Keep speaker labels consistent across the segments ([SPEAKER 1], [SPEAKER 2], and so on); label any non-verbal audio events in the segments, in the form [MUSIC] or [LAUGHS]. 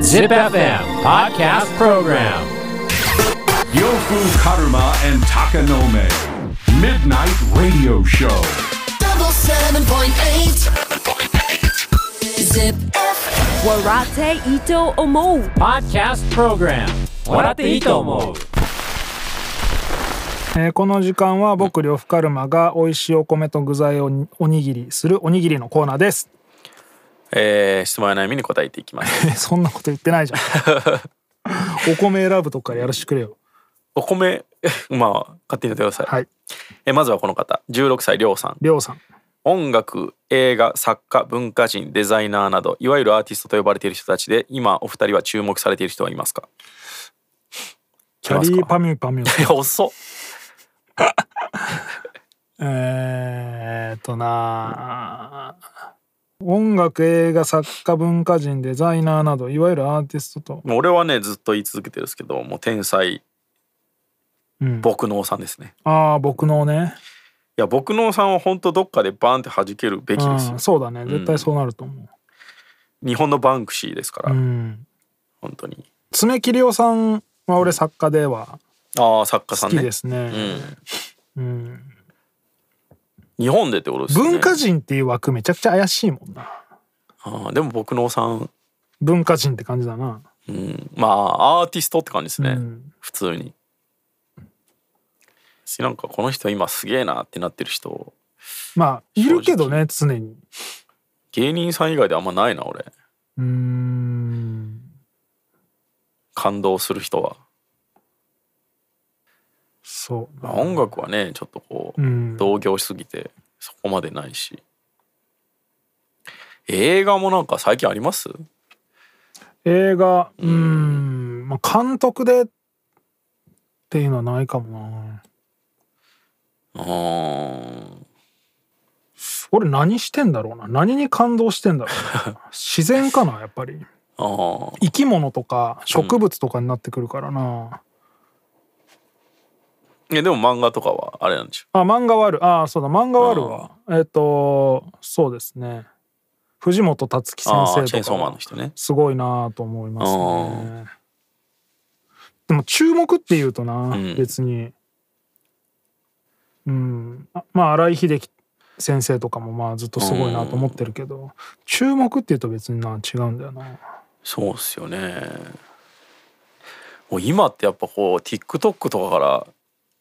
[SPEAKER 1] Zip FM Podcast Program
[SPEAKER 2] Yofu Karuma and Takanome. Midnight Radio Show.
[SPEAKER 3] double seven point eight. Zip.
[SPEAKER 4] Warate Ito Omo
[SPEAKER 1] Podcast Program 笑っていいと思う
[SPEAKER 5] えーこの時間は僕呂布カルマが美味しいお米と具材をにおにぎりするおにぎりのコーナーです
[SPEAKER 6] えー、質問や悩みに答えていき
[SPEAKER 5] [LAUGHS]
[SPEAKER 6] ます。
[SPEAKER 5] えそんなこと言ってないじゃ [LAUGHS] んお米選ぶとこからやらしてくれよ
[SPEAKER 6] お米、 [LAUGHS] まあ、勝手にやってください。
[SPEAKER 5] はい
[SPEAKER 6] えーまずはこの方、16歳、りょうさん。
[SPEAKER 5] りょうさん
[SPEAKER 6] 音楽、映画、作家、文化人、デザイナーなど、いわゆるアーティストと呼ばれている人たちで、今、お二人は注目されている人はいますか
[SPEAKER 5] キャリ
[SPEAKER 6] います
[SPEAKER 5] ー
[SPEAKER 6] か [LAUGHS]
[SPEAKER 5] パミュパミュ
[SPEAKER 6] いや、遅っ。
[SPEAKER 5] えーっとな音楽映画作家文化人デザイナーなどいわゆるアーティストと
[SPEAKER 6] もう俺はね、ずっと言い続けてるんですけど、もう天才、
[SPEAKER 5] うん
[SPEAKER 6] 僕のさんですね。
[SPEAKER 5] ああ僕のね
[SPEAKER 6] いや、僕のさんは本当どっかでバーンって弾けるべきです
[SPEAKER 5] う
[SPEAKER 6] よ
[SPEAKER 5] ん。そうだね絶対そうなると思
[SPEAKER 6] 日本のバンクシーですか
[SPEAKER 5] う、
[SPEAKER 6] ら、
[SPEAKER 5] うん、
[SPEAKER 6] 本当に。
[SPEAKER 5] 爪切りおさんは俺作家では
[SPEAKER 6] ああ、作家さ
[SPEAKER 5] 好
[SPEAKER 6] んね。
[SPEAKER 5] きですねう
[SPEAKER 6] うん。
[SPEAKER 5] ん
[SPEAKER 6] 日本でってことですね。
[SPEAKER 5] 文化人っていう枠めちゃくちゃ怪しいもんな
[SPEAKER 6] ああでも僕のおさん、
[SPEAKER 5] 文化人って感じだな、
[SPEAKER 6] うん、まあアーティストって感じですね、
[SPEAKER 5] うん
[SPEAKER 6] 普通にしなんかこの人今すげえなってなってる人
[SPEAKER 5] まあいるけどね常に
[SPEAKER 6] 芸人さん以外であんまないな俺
[SPEAKER 5] うーん
[SPEAKER 6] 感動する人は
[SPEAKER 5] そう
[SPEAKER 6] まあ音楽はねちょっとこう、
[SPEAKER 5] うん
[SPEAKER 6] 同業しすぎてそこまでないし映画もなんか最近あります
[SPEAKER 5] 映画うーんまあ監督でっていうのはないかもな
[SPEAKER 6] うーん
[SPEAKER 5] 俺何してんだろうな何に感動してんだろう
[SPEAKER 6] [LAUGHS]
[SPEAKER 5] な自然かなやっぱり
[SPEAKER 6] あー
[SPEAKER 5] 生き物とか植物とかになってくるからな、
[SPEAKER 6] いやでも漫画とかはあれなんでしょ
[SPEAKER 5] あ漫画はあるあそうだ漫画はあるわえっ、とそうですね藤本達樹先
[SPEAKER 6] あ
[SPEAKER 5] 生
[SPEAKER 6] ーチェーン
[SPEAKER 5] とか
[SPEAKER 6] ソーマン
[SPEAKER 5] は
[SPEAKER 6] の人ね
[SPEAKER 5] すごいなと思いますねでも注目っていうとな、
[SPEAKER 6] ん
[SPEAKER 5] 別にうんあまあ新井秀樹先生とかもまあずっとすごいなと思ってるけど、注目っていうと別にな違うんだよな
[SPEAKER 6] そうっすよね。もう今ってやっぱこう TikTok とかから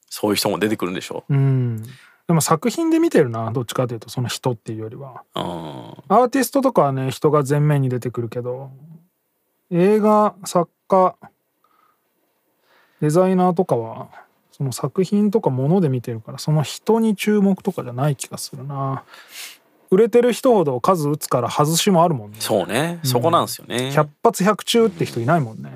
[SPEAKER 6] そういう人も出てくるんでしょ。
[SPEAKER 5] うんでも作品で見てるなどっちかというとその人っていうよりは
[SPEAKER 6] うん。あ
[SPEAKER 5] アーティストとかはね人が前面に出てくるけど映画作家デザイナーとかはその作品とかもので見てるからその人に注目とかじゃない気がするな売れてる人ほど数打つから外しもあるもんね
[SPEAKER 6] そうね。そこなんですよね。
[SPEAKER 5] 100発100中って人いないもんね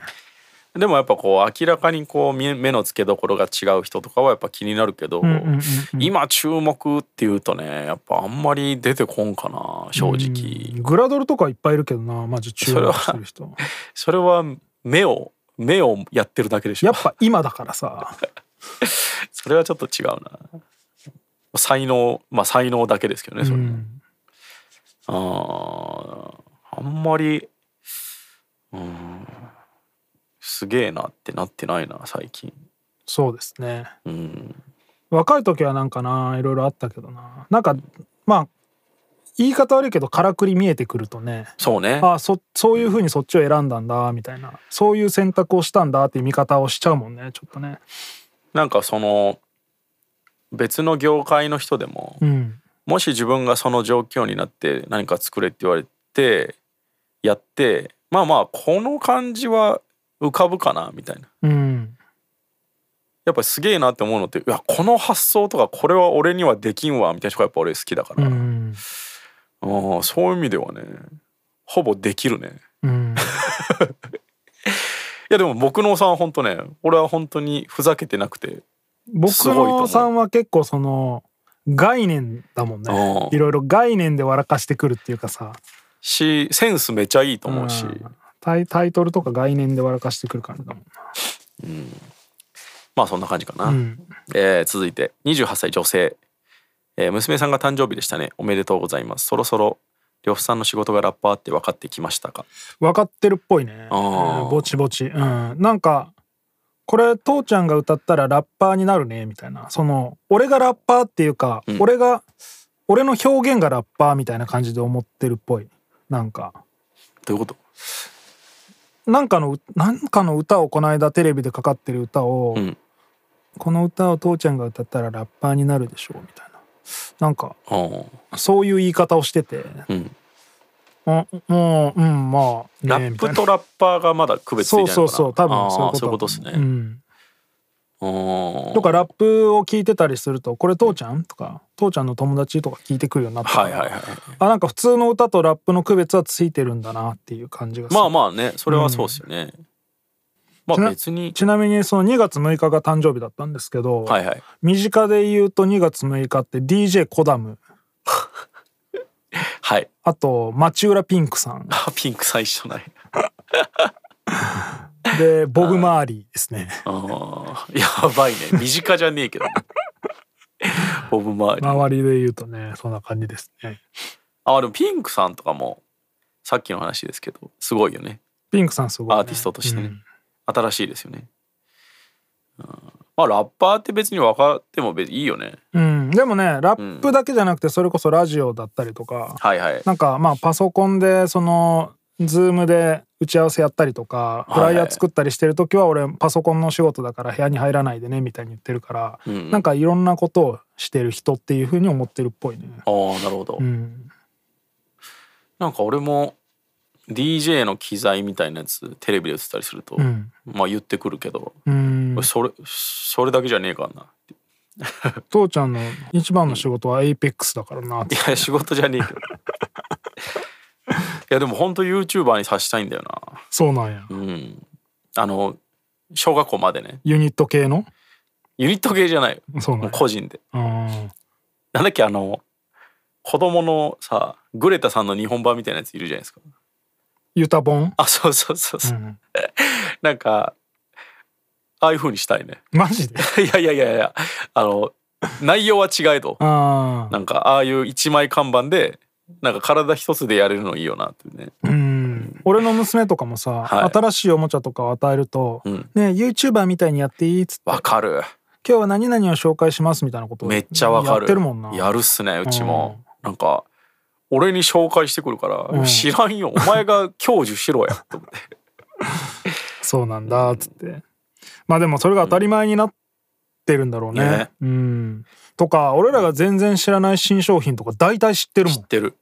[SPEAKER 6] でもやっぱこう明らかにこう目目の付けどころが違う人とかはやっぱ気になるけど、
[SPEAKER 5] んうんうん
[SPEAKER 6] 今注目っていうとねやっぱあんまり出てこんかな正直。
[SPEAKER 5] グラドルとかいっぱいいるけどなマジ注目してる人
[SPEAKER 6] それは目を目をやってるだけでしょ。
[SPEAKER 5] やっぱ今だから [LAUGHS] さ
[SPEAKER 6] [LAUGHS] それはちょっと違うな。才能まあ才能だけですけどねそれも。
[SPEAKER 5] うん
[SPEAKER 6] あーあんまりうんすげえなってなってないな最近
[SPEAKER 5] そうですね
[SPEAKER 6] うん
[SPEAKER 5] 若い時はなんかないろいろあったけどななんかまあ言い方悪いけどからくり見えてくるとね
[SPEAKER 6] そうね
[SPEAKER 5] ああそそういうふうにそっちを選んだんだみたいなそういう選択をしたんだっていう見方をしちゃうもんねちょっとね
[SPEAKER 6] なんかその別の業界の人でも、
[SPEAKER 5] うん
[SPEAKER 6] もし自分がその状況になって何か作れって言われてやってまあまあこの感じは浮かぶかなみたいな
[SPEAKER 5] うん
[SPEAKER 6] やっぱすげえなって思うのっていやこの発想とかこれは俺にはできんわみたいな人がやっぱ俺好きだか
[SPEAKER 5] う
[SPEAKER 6] ら、
[SPEAKER 5] ん
[SPEAKER 6] あーそういう意味ではねほぼできるね
[SPEAKER 5] うん
[SPEAKER 6] いやでも僕のおさんは本当ね俺は本当にふざけてなくて
[SPEAKER 5] 僕
[SPEAKER 6] すごいと思
[SPEAKER 5] の
[SPEAKER 6] う
[SPEAKER 5] さんは結構その概念だもんね
[SPEAKER 6] うん
[SPEAKER 5] いろいろ概念で笑かしてくるっていうかさ
[SPEAKER 6] しセンスめちゃいいと思うし、
[SPEAKER 5] うんタイタイトルとか概念で笑かしてくる感じだもん
[SPEAKER 6] まあそんな感じかな、
[SPEAKER 5] なうん
[SPEAKER 6] えー続いて28歳女性、えー娘さんが誕生日でしたねおめでとうございますそろそろ呂布さんの仕事がラッパーって分かってきましたか
[SPEAKER 5] 分かってるっぽいね、
[SPEAKER 6] あー
[SPEAKER 5] うんぼちぼち、うん、なんかこれ父ちゃんが歌ったらラッパーになるねみたいなその俺がラッパーっていうか、俺が俺の表現がラッパーみたいな感じで思ってるっぽいなんか
[SPEAKER 6] どういうこと
[SPEAKER 5] なんかのなんかの歌をこの間テレビでかかってる歌を、
[SPEAKER 6] ん
[SPEAKER 5] この歌を父ちゃんが歌ったらラッパーになるでしょうみたいななんか
[SPEAKER 6] あー
[SPEAKER 5] そういう言い方をしてて、
[SPEAKER 6] うん
[SPEAKER 5] あもううんまあね
[SPEAKER 6] ラッ
[SPEAKER 5] みたい
[SPEAKER 6] プ
[SPEAKER 5] な
[SPEAKER 6] とラッパーがまだ区別ついて
[SPEAKER 5] そ
[SPEAKER 6] な
[SPEAKER 5] うそう
[SPEAKER 6] いのかな
[SPEAKER 5] そう多
[SPEAKER 6] あ
[SPEAKER 5] 分
[SPEAKER 6] ー
[SPEAKER 5] そういうこと
[SPEAKER 6] そういうことですね、
[SPEAKER 5] うん
[SPEAKER 6] うん
[SPEAKER 5] とかラップを聞いてたりすると「これ父ちゃん?」とか「父ちゃんの友達?」とか聞いてくるようになったから
[SPEAKER 6] はいはいはい
[SPEAKER 5] あなんか普通の歌とラップの区別はついてるんだなっていう感じがする、
[SPEAKER 6] まあまあねそれはそうですよね、まあ別に
[SPEAKER 5] ちなみにその2月6日が誕生日だったんですけど、
[SPEAKER 6] はいはい
[SPEAKER 5] 身近で言うと2月6日って DJ コダム [LAUGHS]
[SPEAKER 6] はい
[SPEAKER 5] あと町浦ピンクさん
[SPEAKER 6] あピンク最初ない [LAUGHS]
[SPEAKER 5] でボブ・マーリーですね
[SPEAKER 6] あーやば
[SPEAKER 5] [LAUGHS]
[SPEAKER 6] いね身近じゃねえけどねボブ周り
[SPEAKER 5] 周りで言うとねそんな感じですね
[SPEAKER 6] あでもピンクさんとかもさっきの話ですけどすごいよね
[SPEAKER 5] ピンクさんすごい、ね、
[SPEAKER 6] アーティストとしてね、
[SPEAKER 5] うん
[SPEAKER 6] 新しいですよね、うん、まあラッパーって別に分かっても別にいいよね
[SPEAKER 5] うん、でもねラップだけじゃなくてそれこそラジオだったりとか、
[SPEAKER 6] はいはい
[SPEAKER 5] なんかまあパソコンでそのズームで打ち合わせやったりとか
[SPEAKER 6] い
[SPEAKER 5] フライヤー作ったりしてる時は俺パソコンの仕事だから部屋に入らないでねみたいに言ってるから、
[SPEAKER 6] ん
[SPEAKER 5] なんかいろんなことをしてる人っていうふうに思ってるっぽいね。
[SPEAKER 6] ああなるほど、
[SPEAKER 5] うん、
[SPEAKER 6] なんか俺も DJ の機材みたいなやつテレビで映ったりすると、
[SPEAKER 5] ん
[SPEAKER 6] まあ言ってくるけど、
[SPEAKER 5] うん、
[SPEAKER 6] それそれだけじゃねえからなって
[SPEAKER 5] 父ちゃんの一番の仕事はエイペックスだからなって
[SPEAKER 6] いや仕事じゃねえ [LAUGHS] けどいやでも本当 YouTuber にさしたいんだよ
[SPEAKER 5] そうなんや、
[SPEAKER 6] なうんあの小学校までね
[SPEAKER 5] ユニット系の
[SPEAKER 6] ユニット系じゃないよ
[SPEAKER 5] そう
[SPEAKER 6] も
[SPEAKER 5] な
[SPEAKER 6] うん
[SPEAKER 5] や
[SPEAKER 6] 個人で
[SPEAKER 5] うん
[SPEAKER 6] なんだっけあの子供のさグレタさんの日本版みたいなやついるじゃないですか
[SPEAKER 5] ユタボン、
[SPEAKER 6] あそうそうそうそうう、
[SPEAKER 5] ん、
[SPEAKER 6] なんかああいう風にしたいね [LAUGHS]
[SPEAKER 5] マジで
[SPEAKER 6] いやいやいやいやあの内容は違えど
[SPEAKER 5] ああ
[SPEAKER 6] なんかああいう一枚看板でなんか体一つでやれるのいいよなってね
[SPEAKER 5] うん俺の娘とかもさ、
[SPEAKER 6] はい
[SPEAKER 5] 新しいおもちゃとかを与えると「
[SPEAKER 6] ん
[SPEAKER 5] ねえ YouTuber みたいにやっていい?」っつって
[SPEAKER 6] わかる
[SPEAKER 5] 今日は何々を紹介しますみたいなことを
[SPEAKER 6] めっちゃわかる
[SPEAKER 5] やってるもんな
[SPEAKER 6] やるっすねうちも、なんか俺に紹介してくるから、
[SPEAKER 5] ん
[SPEAKER 6] 知らんよお前が享受
[SPEAKER 5] [LAUGHS]
[SPEAKER 6] しろやと思って
[SPEAKER 5] そうなんだっつってまあでもそれが当たり前になってるんだろうね、
[SPEAKER 6] ね
[SPEAKER 5] うんとか俺らが全然知らない新商品とか大体知ってるも
[SPEAKER 6] 知
[SPEAKER 5] ん
[SPEAKER 6] ってる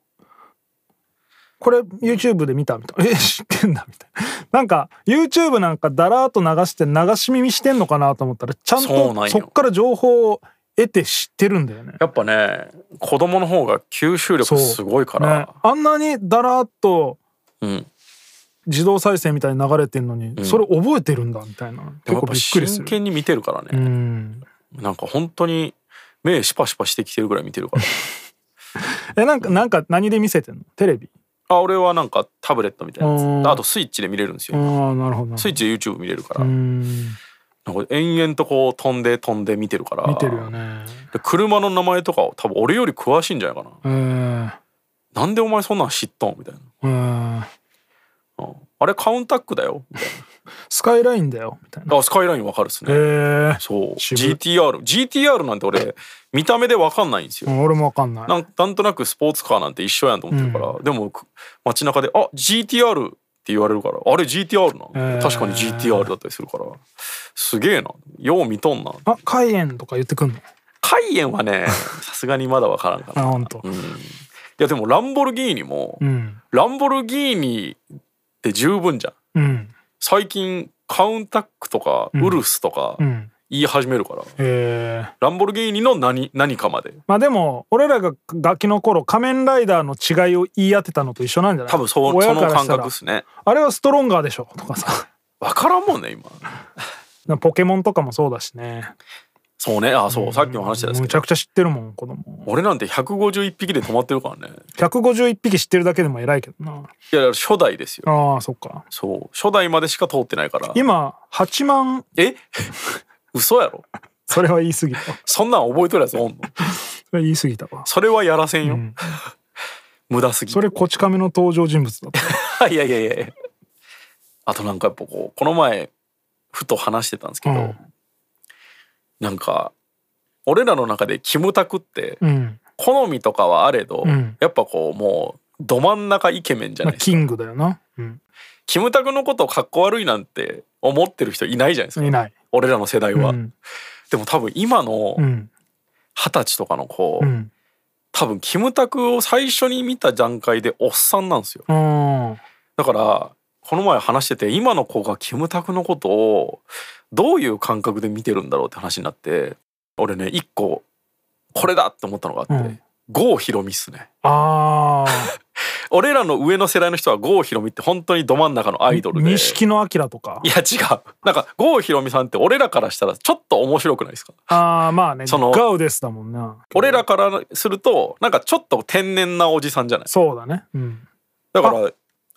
[SPEAKER 5] これ YouTube で見たみたいなえ知ってんだみたいななんか YouTube なんかだらーっと流して流し耳してんのかなと思ったらちゃん
[SPEAKER 6] そうなん
[SPEAKER 5] と
[SPEAKER 6] よ
[SPEAKER 5] そっから情報を得て知ってるんだよね
[SPEAKER 6] やっぱね子供の方が吸収力すごいから、
[SPEAKER 5] ね、あんなにだらーっと
[SPEAKER 6] うん
[SPEAKER 5] 自動再生みたいに流れてんのに、それ覚えてるんだみたいな結
[SPEAKER 6] でもやっ
[SPEAKER 5] 構
[SPEAKER 6] ぱ
[SPEAKER 5] びっくりす
[SPEAKER 6] 真
[SPEAKER 5] る
[SPEAKER 6] 剣に見てるから
[SPEAKER 5] う
[SPEAKER 6] ね、
[SPEAKER 5] ん
[SPEAKER 6] なんか本当に目シパシパしてきてるぐらい見てるから
[SPEAKER 5] えなんかなんか何で見せてんのテレビ
[SPEAKER 6] あ俺はなんかタブレットみたいなや
[SPEAKER 5] う
[SPEAKER 6] つ
[SPEAKER 5] ん
[SPEAKER 6] あとスイッチで見れるんです
[SPEAKER 5] あ
[SPEAKER 6] よ、
[SPEAKER 5] あなるほど
[SPEAKER 6] スイッチで YouTube 見れるから、
[SPEAKER 5] うん
[SPEAKER 6] なんか延々とこう飛んで飛んで見てるから
[SPEAKER 5] 見てるよね
[SPEAKER 6] で車の名前とかを多分俺より詳しいんじゃないかな
[SPEAKER 5] うん
[SPEAKER 6] なんでお前そんなん知っとんみたいな、
[SPEAKER 5] うん
[SPEAKER 6] うんあれカウンタックだよみたい
[SPEAKER 5] スカイラインだよみたいな
[SPEAKER 6] なあスカイラインわかるっす
[SPEAKER 5] へ
[SPEAKER 6] ね、
[SPEAKER 5] え
[SPEAKER 6] そう
[SPEAKER 5] 渋い
[SPEAKER 6] GTRGTR なんて俺見た目でわかんないんですよ
[SPEAKER 5] うん俺もわかんない
[SPEAKER 6] なんなんとなくスポーツカーなんて一緒やんと思ってるから、でもく街中で「あ GTR」って言われるから「あれ GTR な、
[SPEAKER 5] へー
[SPEAKER 6] 確かに GTR だったりするからすげえなよう見とんな
[SPEAKER 5] あカイエンとか言ってくんの
[SPEAKER 6] カイエン
[SPEAKER 5] [LAUGHS]
[SPEAKER 6] はねさすがにまだわからんか
[SPEAKER 5] あ
[SPEAKER 6] な、い
[SPEAKER 5] ほんと
[SPEAKER 6] やでもランボルギーニも、
[SPEAKER 5] うん
[SPEAKER 6] ランボルギーニって十分じゃん
[SPEAKER 5] うん
[SPEAKER 6] 最近カウンタックとかウルスとか
[SPEAKER 5] うん
[SPEAKER 6] 言い始めるから、
[SPEAKER 5] へえ
[SPEAKER 6] ランボルギーニの何何かまで
[SPEAKER 5] まあでも俺らがガキの頃仮面ライダーの違いを言い当てたのと一緒なんじゃない
[SPEAKER 6] 多分そ
[SPEAKER 5] 親
[SPEAKER 6] そ
[SPEAKER 5] か
[SPEAKER 6] の
[SPEAKER 5] ら
[SPEAKER 6] 感
[SPEAKER 5] した
[SPEAKER 6] 覚
[SPEAKER 5] ら
[SPEAKER 6] っすね
[SPEAKER 5] あれはストロンガーでしょとか [LAUGHS] さ
[SPEAKER 6] わからんもんね今
[SPEAKER 5] ポケモンとかもそうだしね
[SPEAKER 6] そうねあそうさっきの話ですけ
[SPEAKER 5] むち
[SPEAKER 6] ど
[SPEAKER 5] ゃくちゃ知ってるもん子供
[SPEAKER 6] 俺なんて151匹で止まってるからね
[SPEAKER 5] 151匹知ってるだけでも偉いけどない
[SPEAKER 6] や初代ですよ
[SPEAKER 5] ああそっか
[SPEAKER 6] そう初代までしか通ってないから
[SPEAKER 5] 今8万
[SPEAKER 6] え [LAUGHS] 嘘やろ
[SPEAKER 5] それは言い過ぎた
[SPEAKER 6] そんなん覚えとるやつおんの
[SPEAKER 5] それ言い過ぎたわ
[SPEAKER 6] それはやらせんよ、 [LAUGHS] 無駄すぎて
[SPEAKER 5] それこち亀の登場人物だった
[SPEAKER 6] [LAUGHS] いやいやいやいやあとなんかやっぱこうこの前ふと話してたんですけど、
[SPEAKER 5] うん
[SPEAKER 6] なんか俺らの中でキムタクって
[SPEAKER 5] うん、
[SPEAKER 6] 好みとかはあれど、
[SPEAKER 5] うん
[SPEAKER 6] やっぱこうもうど真ん中イケメンじゃ
[SPEAKER 5] ま
[SPEAKER 6] な
[SPEAKER 5] あ、
[SPEAKER 6] いですか、
[SPEAKER 5] キングだよな、うん、
[SPEAKER 6] キムタクのことをかっこ悪いなんて思ってる人いないじゃないですか
[SPEAKER 5] いない、
[SPEAKER 6] 俺らの世代
[SPEAKER 5] う
[SPEAKER 6] は、
[SPEAKER 5] ん
[SPEAKER 6] でも多分今の
[SPEAKER 5] うん
[SPEAKER 6] 二十歳とかの子、
[SPEAKER 5] うん
[SPEAKER 6] 多分キムタクを最初に見た段階でおっさんなんですよ
[SPEAKER 5] うん
[SPEAKER 6] だからこの前話してて今の子がキムタクのことをどういう感覚で見てるんだろうって話になって俺ね一個これだって思ったのがあって、
[SPEAKER 5] うん
[SPEAKER 6] 郷ひろみっすね
[SPEAKER 5] あ
[SPEAKER 6] 俺らの上の世代の人は郷ひろみって本当にど真ん中の [LAUGHS] アイド
[SPEAKER 5] ー
[SPEAKER 6] ルでい
[SPEAKER 5] 錦野明とか
[SPEAKER 6] や違うなんか郷ひろみさんって俺らからしたらちょっと面白くないですか
[SPEAKER 5] ああまあね
[SPEAKER 6] その
[SPEAKER 5] ガウデスだもんな
[SPEAKER 6] 俺らからするとなんかちょっと天然なおじさんじゃない
[SPEAKER 5] そうだねうん
[SPEAKER 6] だから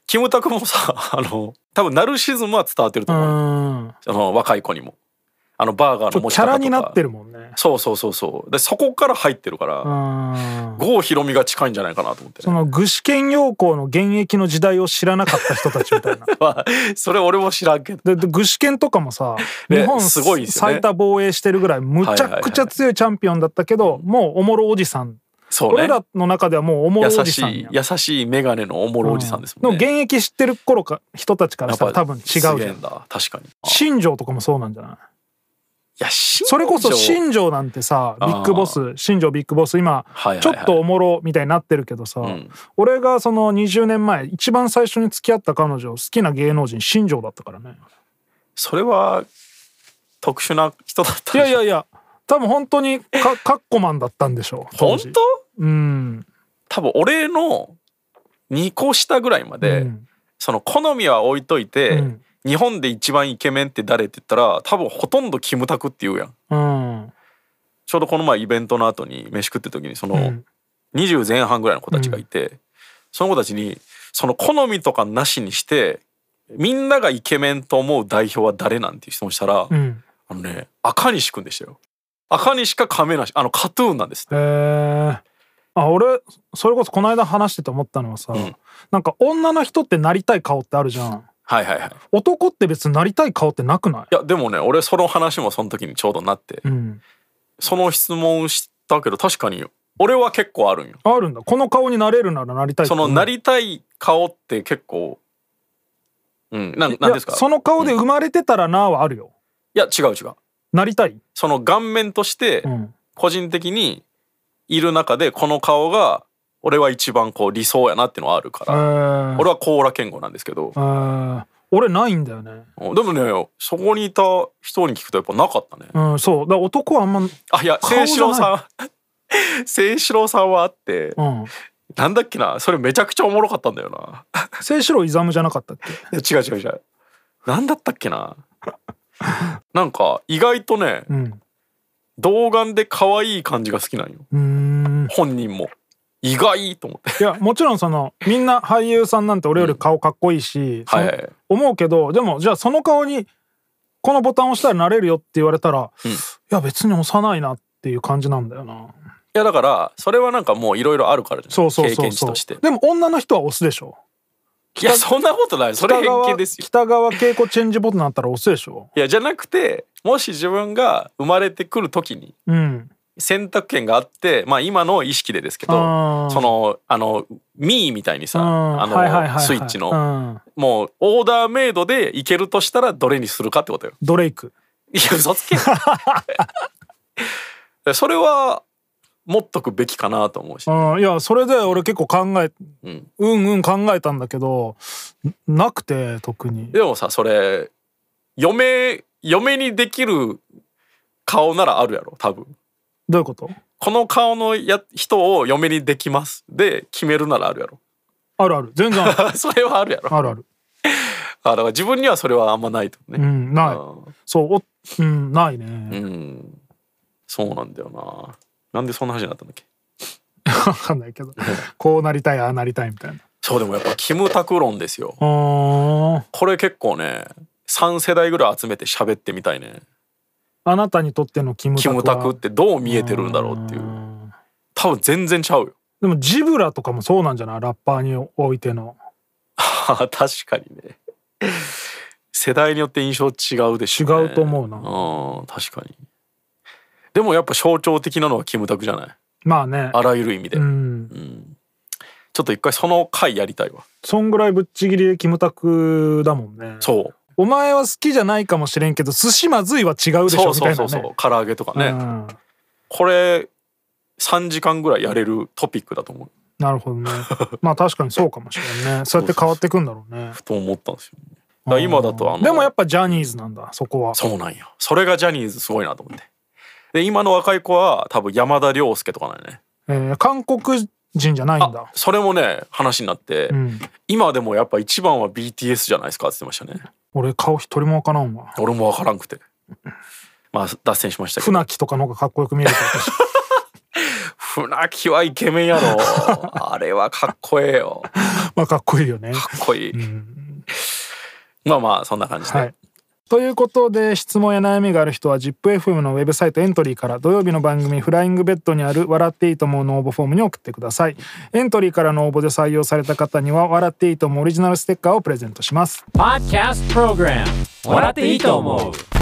[SPEAKER 6] キムタクもさあの多分ナルシズムは伝わってると
[SPEAKER 5] う
[SPEAKER 6] 思う、
[SPEAKER 5] ん
[SPEAKER 6] その若い子にもあのバーガー
[SPEAKER 5] ちょ
[SPEAKER 6] の
[SPEAKER 5] っと
[SPEAKER 6] 持ち
[SPEAKER 5] キャ
[SPEAKER 6] 方と
[SPEAKER 5] ラ
[SPEAKER 6] か
[SPEAKER 5] になってるもんね
[SPEAKER 6] そうそうそうそうでそこから入ってるか
[SPEAKER 5] う
[SPEAKER 6] ら
[SPEAKER 5] ん
[SPEAKER 6] 郷ひろみが近いんじゃないかなと思って、
[SPEAKER 5] そ
[SPEAKER 6] ね、
[SPEAKER 5] の具志堅用高の現役の時代を知らなかった人たちみたいな
[SPEAKER 6] [LAUGHS] まあそれ俺も知らんけど
[SPEAKER 5] でで具志堅とかもさ
[SPEAKER 6] [LAUGHS] ね
[SPEAKER 5] 日本
[SPEAKER 6] すごいですよね
[SPEAKER 5] 最多防衛してるぐらいむちゃくちゃ強いチャンピオンだったけどもうおもろおじさん
[SPEAKER 6] そう
[SPEAKER 5] 俺
[SPEAKER 6] ね
[SPEAKER 5] らの中ではもうおもろ
[SPEAKER 6] 優
[SPEAKER 5] おじ
[SPEAKER 6] し
[SPEAKER 5] さん
[SPEAKER 6] い
[SPEAKER 5] や
[SPEAKER 6] 優しい眼鏡のおもろおじさんですもんね、
[SPEAKER 5] うでも現役知ってる頃か人たちからしたら多分違うじゃ
[SPEAKER 6] すげえ
[SPEAKER 5] ん
[SPEAKER 6] んだ確かにい
[SPEAKER 5] 新庄とかもそうなんじゃない
[SPEAKER 6] や新庄
[SPEAKER 5] それこそ新庄なんてさビッグボス新庄ビッグボス今
[SPEAKER 6] はいはいはい
[SPEAKER 5] ちょっとおもろみたいになってるけどさ、
[SPEAKER 6] ん
[SPEAKER 5] 俺がその20年前一番最初に付き合った彼女好きな芸能人新庄だったからね
[SPEAKER 6] それは特殊な人だった
[SPEAKER 5] い
[SPEAKER 6] んで
[SPEAKER 5] や
[SPEAKER 6] しょ
[SPEAKER 5] いやいや多分本当にかカッコマンだったんでしょう当
[SPEAKER 6] 本
[SPEAKER 5] 時
[SPEAKER 6] 当
[SPEAKER 5] うん
[SPEAKER 6] 多分俺の2個下ぐらいまで、
[SPEAKER 5] うん
[SPEAKER 6] その好みは置いといて、
[SPEAKER 5] うん
[SPEAKER 6] 日本で一番イケメンって誰って言ったら多分ほとんどキムタクって言うやん
[SPEAKER 5] うん
[SPEAKER 6] ちょうどこの前イベントの後に飯食ってる時にその
[SPEAKER 5] うん
[SPEAKER 6] 20前半ぐらいの子たちがいて、その子たちにその好みとかなしにしてみんながイケメンと思う代表は誰なんていう質問したら、
[SPEAKER 5] うん
[SPEAKER 6] あのね赤西くんでしたよ赤西か亀梨あのカトゥーンなんですって
[SPEAKER 5] えー、あ俺それこそこの間話してて思ったのはさ、
[SPEAKER 6] ん
[SPEAKER 5] なんか女の人ってなりたい顔ってあるじゃん
[SPEAKER 6] はいはいはい
[SPEAKER 5] 男って別になりたい顔ってなくない
[SPEAKER 6] いやでもね俺その話もその時にちょうどなって、
[SPEAKER 5] うん
[SPEAKER 6] その質問したけど確かに俺は結構あるんよ
[SPEAKER 5] あるんだこの顔になれるならなりたいって
[SPEAKER 6] そのなりたい顔って結構うんなんなんですか
[SPEAKER 5] いやその顔で生まれてたらなはあるよ、
[SPEAKER 6] いや違う違う
[SPEAKER 5] なりたい、
[SPEAKER 6] その顔面として
[SPEAKER 5] うん、
[SPEAKER 6] 個人的にいる中でこの顔が俺は一番こう理想やなっていうのはあるか
[SPEAKER 5] え
[SPEAKER 6] ら、
[SPEAKER 5] ー
[SPEAKER 6] 俺はコーラ健吾なんですけど
[SPEAKER 5] え、ー俺ないんだよね
[SPEAKER 6] でもねそこにいた人に聞くとやっぱなかったね、
[SPEAKER 5] うんそうだから男はあんまうん
[SPEAKER 6] あいや
[SPEAKER 5] 顔じゃな
[SPEAKER 6] 清
[SPEAKER 5] い
[SPEAKER 6] 志郎さん [LAUGHS] 清志郎さんはあって、なんだっけなそれめちゃくちゃおもろかったんだよな
[SPEAKER 5] 清志郎イザムじゃなかったっけ
[SPEAKER 6] いや違う違う違う何だったっけななんか意外とね
[SPEAKER 5] うん
[SPEAKER 6] 童顔で可愛い感じが好きなんよ
[SPEAKER 5] うーん
[SPEAKER 6] 本人も意外と思って
[SPEAKER 5] いやもちろんそのみんな俳優さんなんて俺より顔かっこいいし、その
[SPEAKER 6] はいはい
[SPEAKER 5] 思うけどでもじゃあその顔にこのボタン押したらなれるよって言われたら、いや別に押さないなっていう感じなんだよない
[SPEAKER 6] やだからそれはなんかもういろいろあるからじゃない
[SPEAKER 5] そうそう
[SPEAKER 6] 経
[SPEAKER 5] そう
[SPEAKER 6] 験値
[SPEAKER 5] そう
[SPEAKER 6] として
[SPEAKER 5] でも女の人は押すでしょ
[SPEAKER 6] いやそんなことないそれ
[SPEAKER 5] 北
[SPEAKER 6] 偏
[SPEAKER 5] 川
[SPEAKER 6] 見ですよ
[SPEAKER 5] 北川景子チェンジボタンだったら押すでしょ
[SPEAKER 6] いやじゃなくてもし自分が生まれてくる時に
[SPEAKER 5] うん
[SPEAKER 6] 選択権があってまあ今の意識でですけ
[SPEAKER 5] あ
[SPEAKER 6] ど
[SPEAKER 5] ー
[SPEAKER 6] そのあのミーみたいにさ
[SPEAKER 5] うん
[SPEAKER 6] あ
[SPEAKER 5] はいはいはいは
[SPEAKER 6] の
[SPEAKER 5] い
[SPEAKER 6] スイッチ
[SPEAKER 5] う
[SPEAKER 6] の
[SPEAKER 5] ん
[SPEAKER 6] もうオーダーメイドでいけるとしたらどれにするかってことよ
[SPEAKER 5] ドレイク
[SPEAKER 6] いや嘘つけ [LAUGHS] それは持っとくべきかなと思うし、
[SPEAKER 5] うんいやそれで俺結構考え
[SPEAKER 6] うん、
[SPEAKER 5] うんうん考えたんだけどんなくて特に
[SPEAKER 6] でもさそれ嫁嫁にできる顔ならあるやろ多分
[SPEAKER 5] どういうこと
[SPEAKER 6] この顔のや人を嫁にできますで決めるならあるやろ [LAUGHS]
[SPEAKER 5] あるある全然ある
[SPEAKER 6] それはあるやろ
[SPEAKER 5] あるある
[SPEAKER 6] あだから自分にはそれはあんまないと
[SPEAKER 5] う
[SPEAKER 6] ね、
[SPEAKER 5] んないそうおうんないね、
[SPEAKER 6] うん、そうなんだよななんでそんな話になったんだっけ
[SPEAKER 5] わかんないけどこうなりたいああなりたいみたいな
[SPEAKER 6] そうでもやっぱキムタク論ですよ
[SPEAKER 5] うーん
[SPEAKER 6] これ結構ね3世代ぐらい集めて喋ってみたいね
[SPEAKER 5] あなたにとってのキムタク
[SPEAKER 6] キ
[SPEAKER 5] は
[SPEAKER 6] ムタクってどう見えてるんだろうっていう多分全然ちゃうよ
[SPEAKER 5] でもジブラとかもそうなんじゃないラッパーにおいての。
[SPEAKER 6] [LAUGHS] 確かにね世代によって印象違うでし
[SPEAKER 5] 違
[SPEAKER 6] ょ、ね、
[SPEAKER 5] うと思うな。
[SPEAKER 6] うん確かにでもやっぱ象徴的なのはキムタクじゃない
[SPEAKER 5] まあね。
[SPEAKER 6] あらゆる意味で、
[SPEAKER 5] うん。
[SPEAKER 6] ちょっと一回その回やりたいわ
[SPEAKER 5] そんぐらいぶっちぎりでキムタクだもんね。
[SPEAKER 6] そう
[SPEAKER 5] お前は好きじゃないかもしれんけど、寿司まずいは違うでし
[SPEAKER 6] そ
[SPEAKER 5] ょ
[SPEAKER 6] う
[SPEAKER 5] み
[SPEAKER 6] そ
[SPEAKER 5] た
[SPEAKER 6] う
[SPEAKER 5] い
[SPEAKER 6] そ
[SPEAKER 5] な
[SPEAKER 6] うそう、
[SPEAKER 5] ね。
[SPEAKER 6] 唐揚げとかね、
[SPEAKER 5] うん。
[SPEAKER 6] これ3時間ぐらいやれるトピックだと思う
[SPEAKER 5] なるほどね。まあ確かにそうかもしれ [LAUGHS] んね。そうやって変わってくんだろうね。
[SPEAKER 6] ふと思ったんですよ、ね、だから今だとあの
[SPEAKER 5] でもやっぱジャニーズなんだ、そこは。
[SPEAKER 6] そうなんよそれがジャニーズすごいなと思ってで今の若い子は多分山田涼介とかなんよね
[SPEAKER 5] えー韓国人じゃないんだ。
[SPEAKER 6] それもね話になって、
[SPEAKER 5] うん。
[SPEAKER 6] 今でもやっぱ一番は BTS じゃないですかって言ってましたね
[SPEAKER 5] 俺顔一人もわからんわ。
[SPEAKER 6] 俺もわからんくてまあ脱線しましたけど
[SPEAKER 5] 船木とかの方がかっこよく見えるから私
[SPEAKER 6] 船木はイケメンやろ
[SPEAKER 5] [LAUGHS]
[SPEAKER 6] あれはかっこええよか
[SPEAKER 5] まあかっこいいよね。
[SPEAKER 6] っこいい、まあまあそんな感じで、
[SPEAKER 5] はい。ということで質問や悩みがある人は ZIPFM のウェブサイトエントリーから土曜日の番組「フライングベッド」にある「笑っていいと思う」の応募フォームに送ってくださいエントリーからの応募で採用された方には「笑っていいと思う」オリジナルステッカーをプレゼントします
[SPEAKER 1] Podcast Program 笑っていいと思う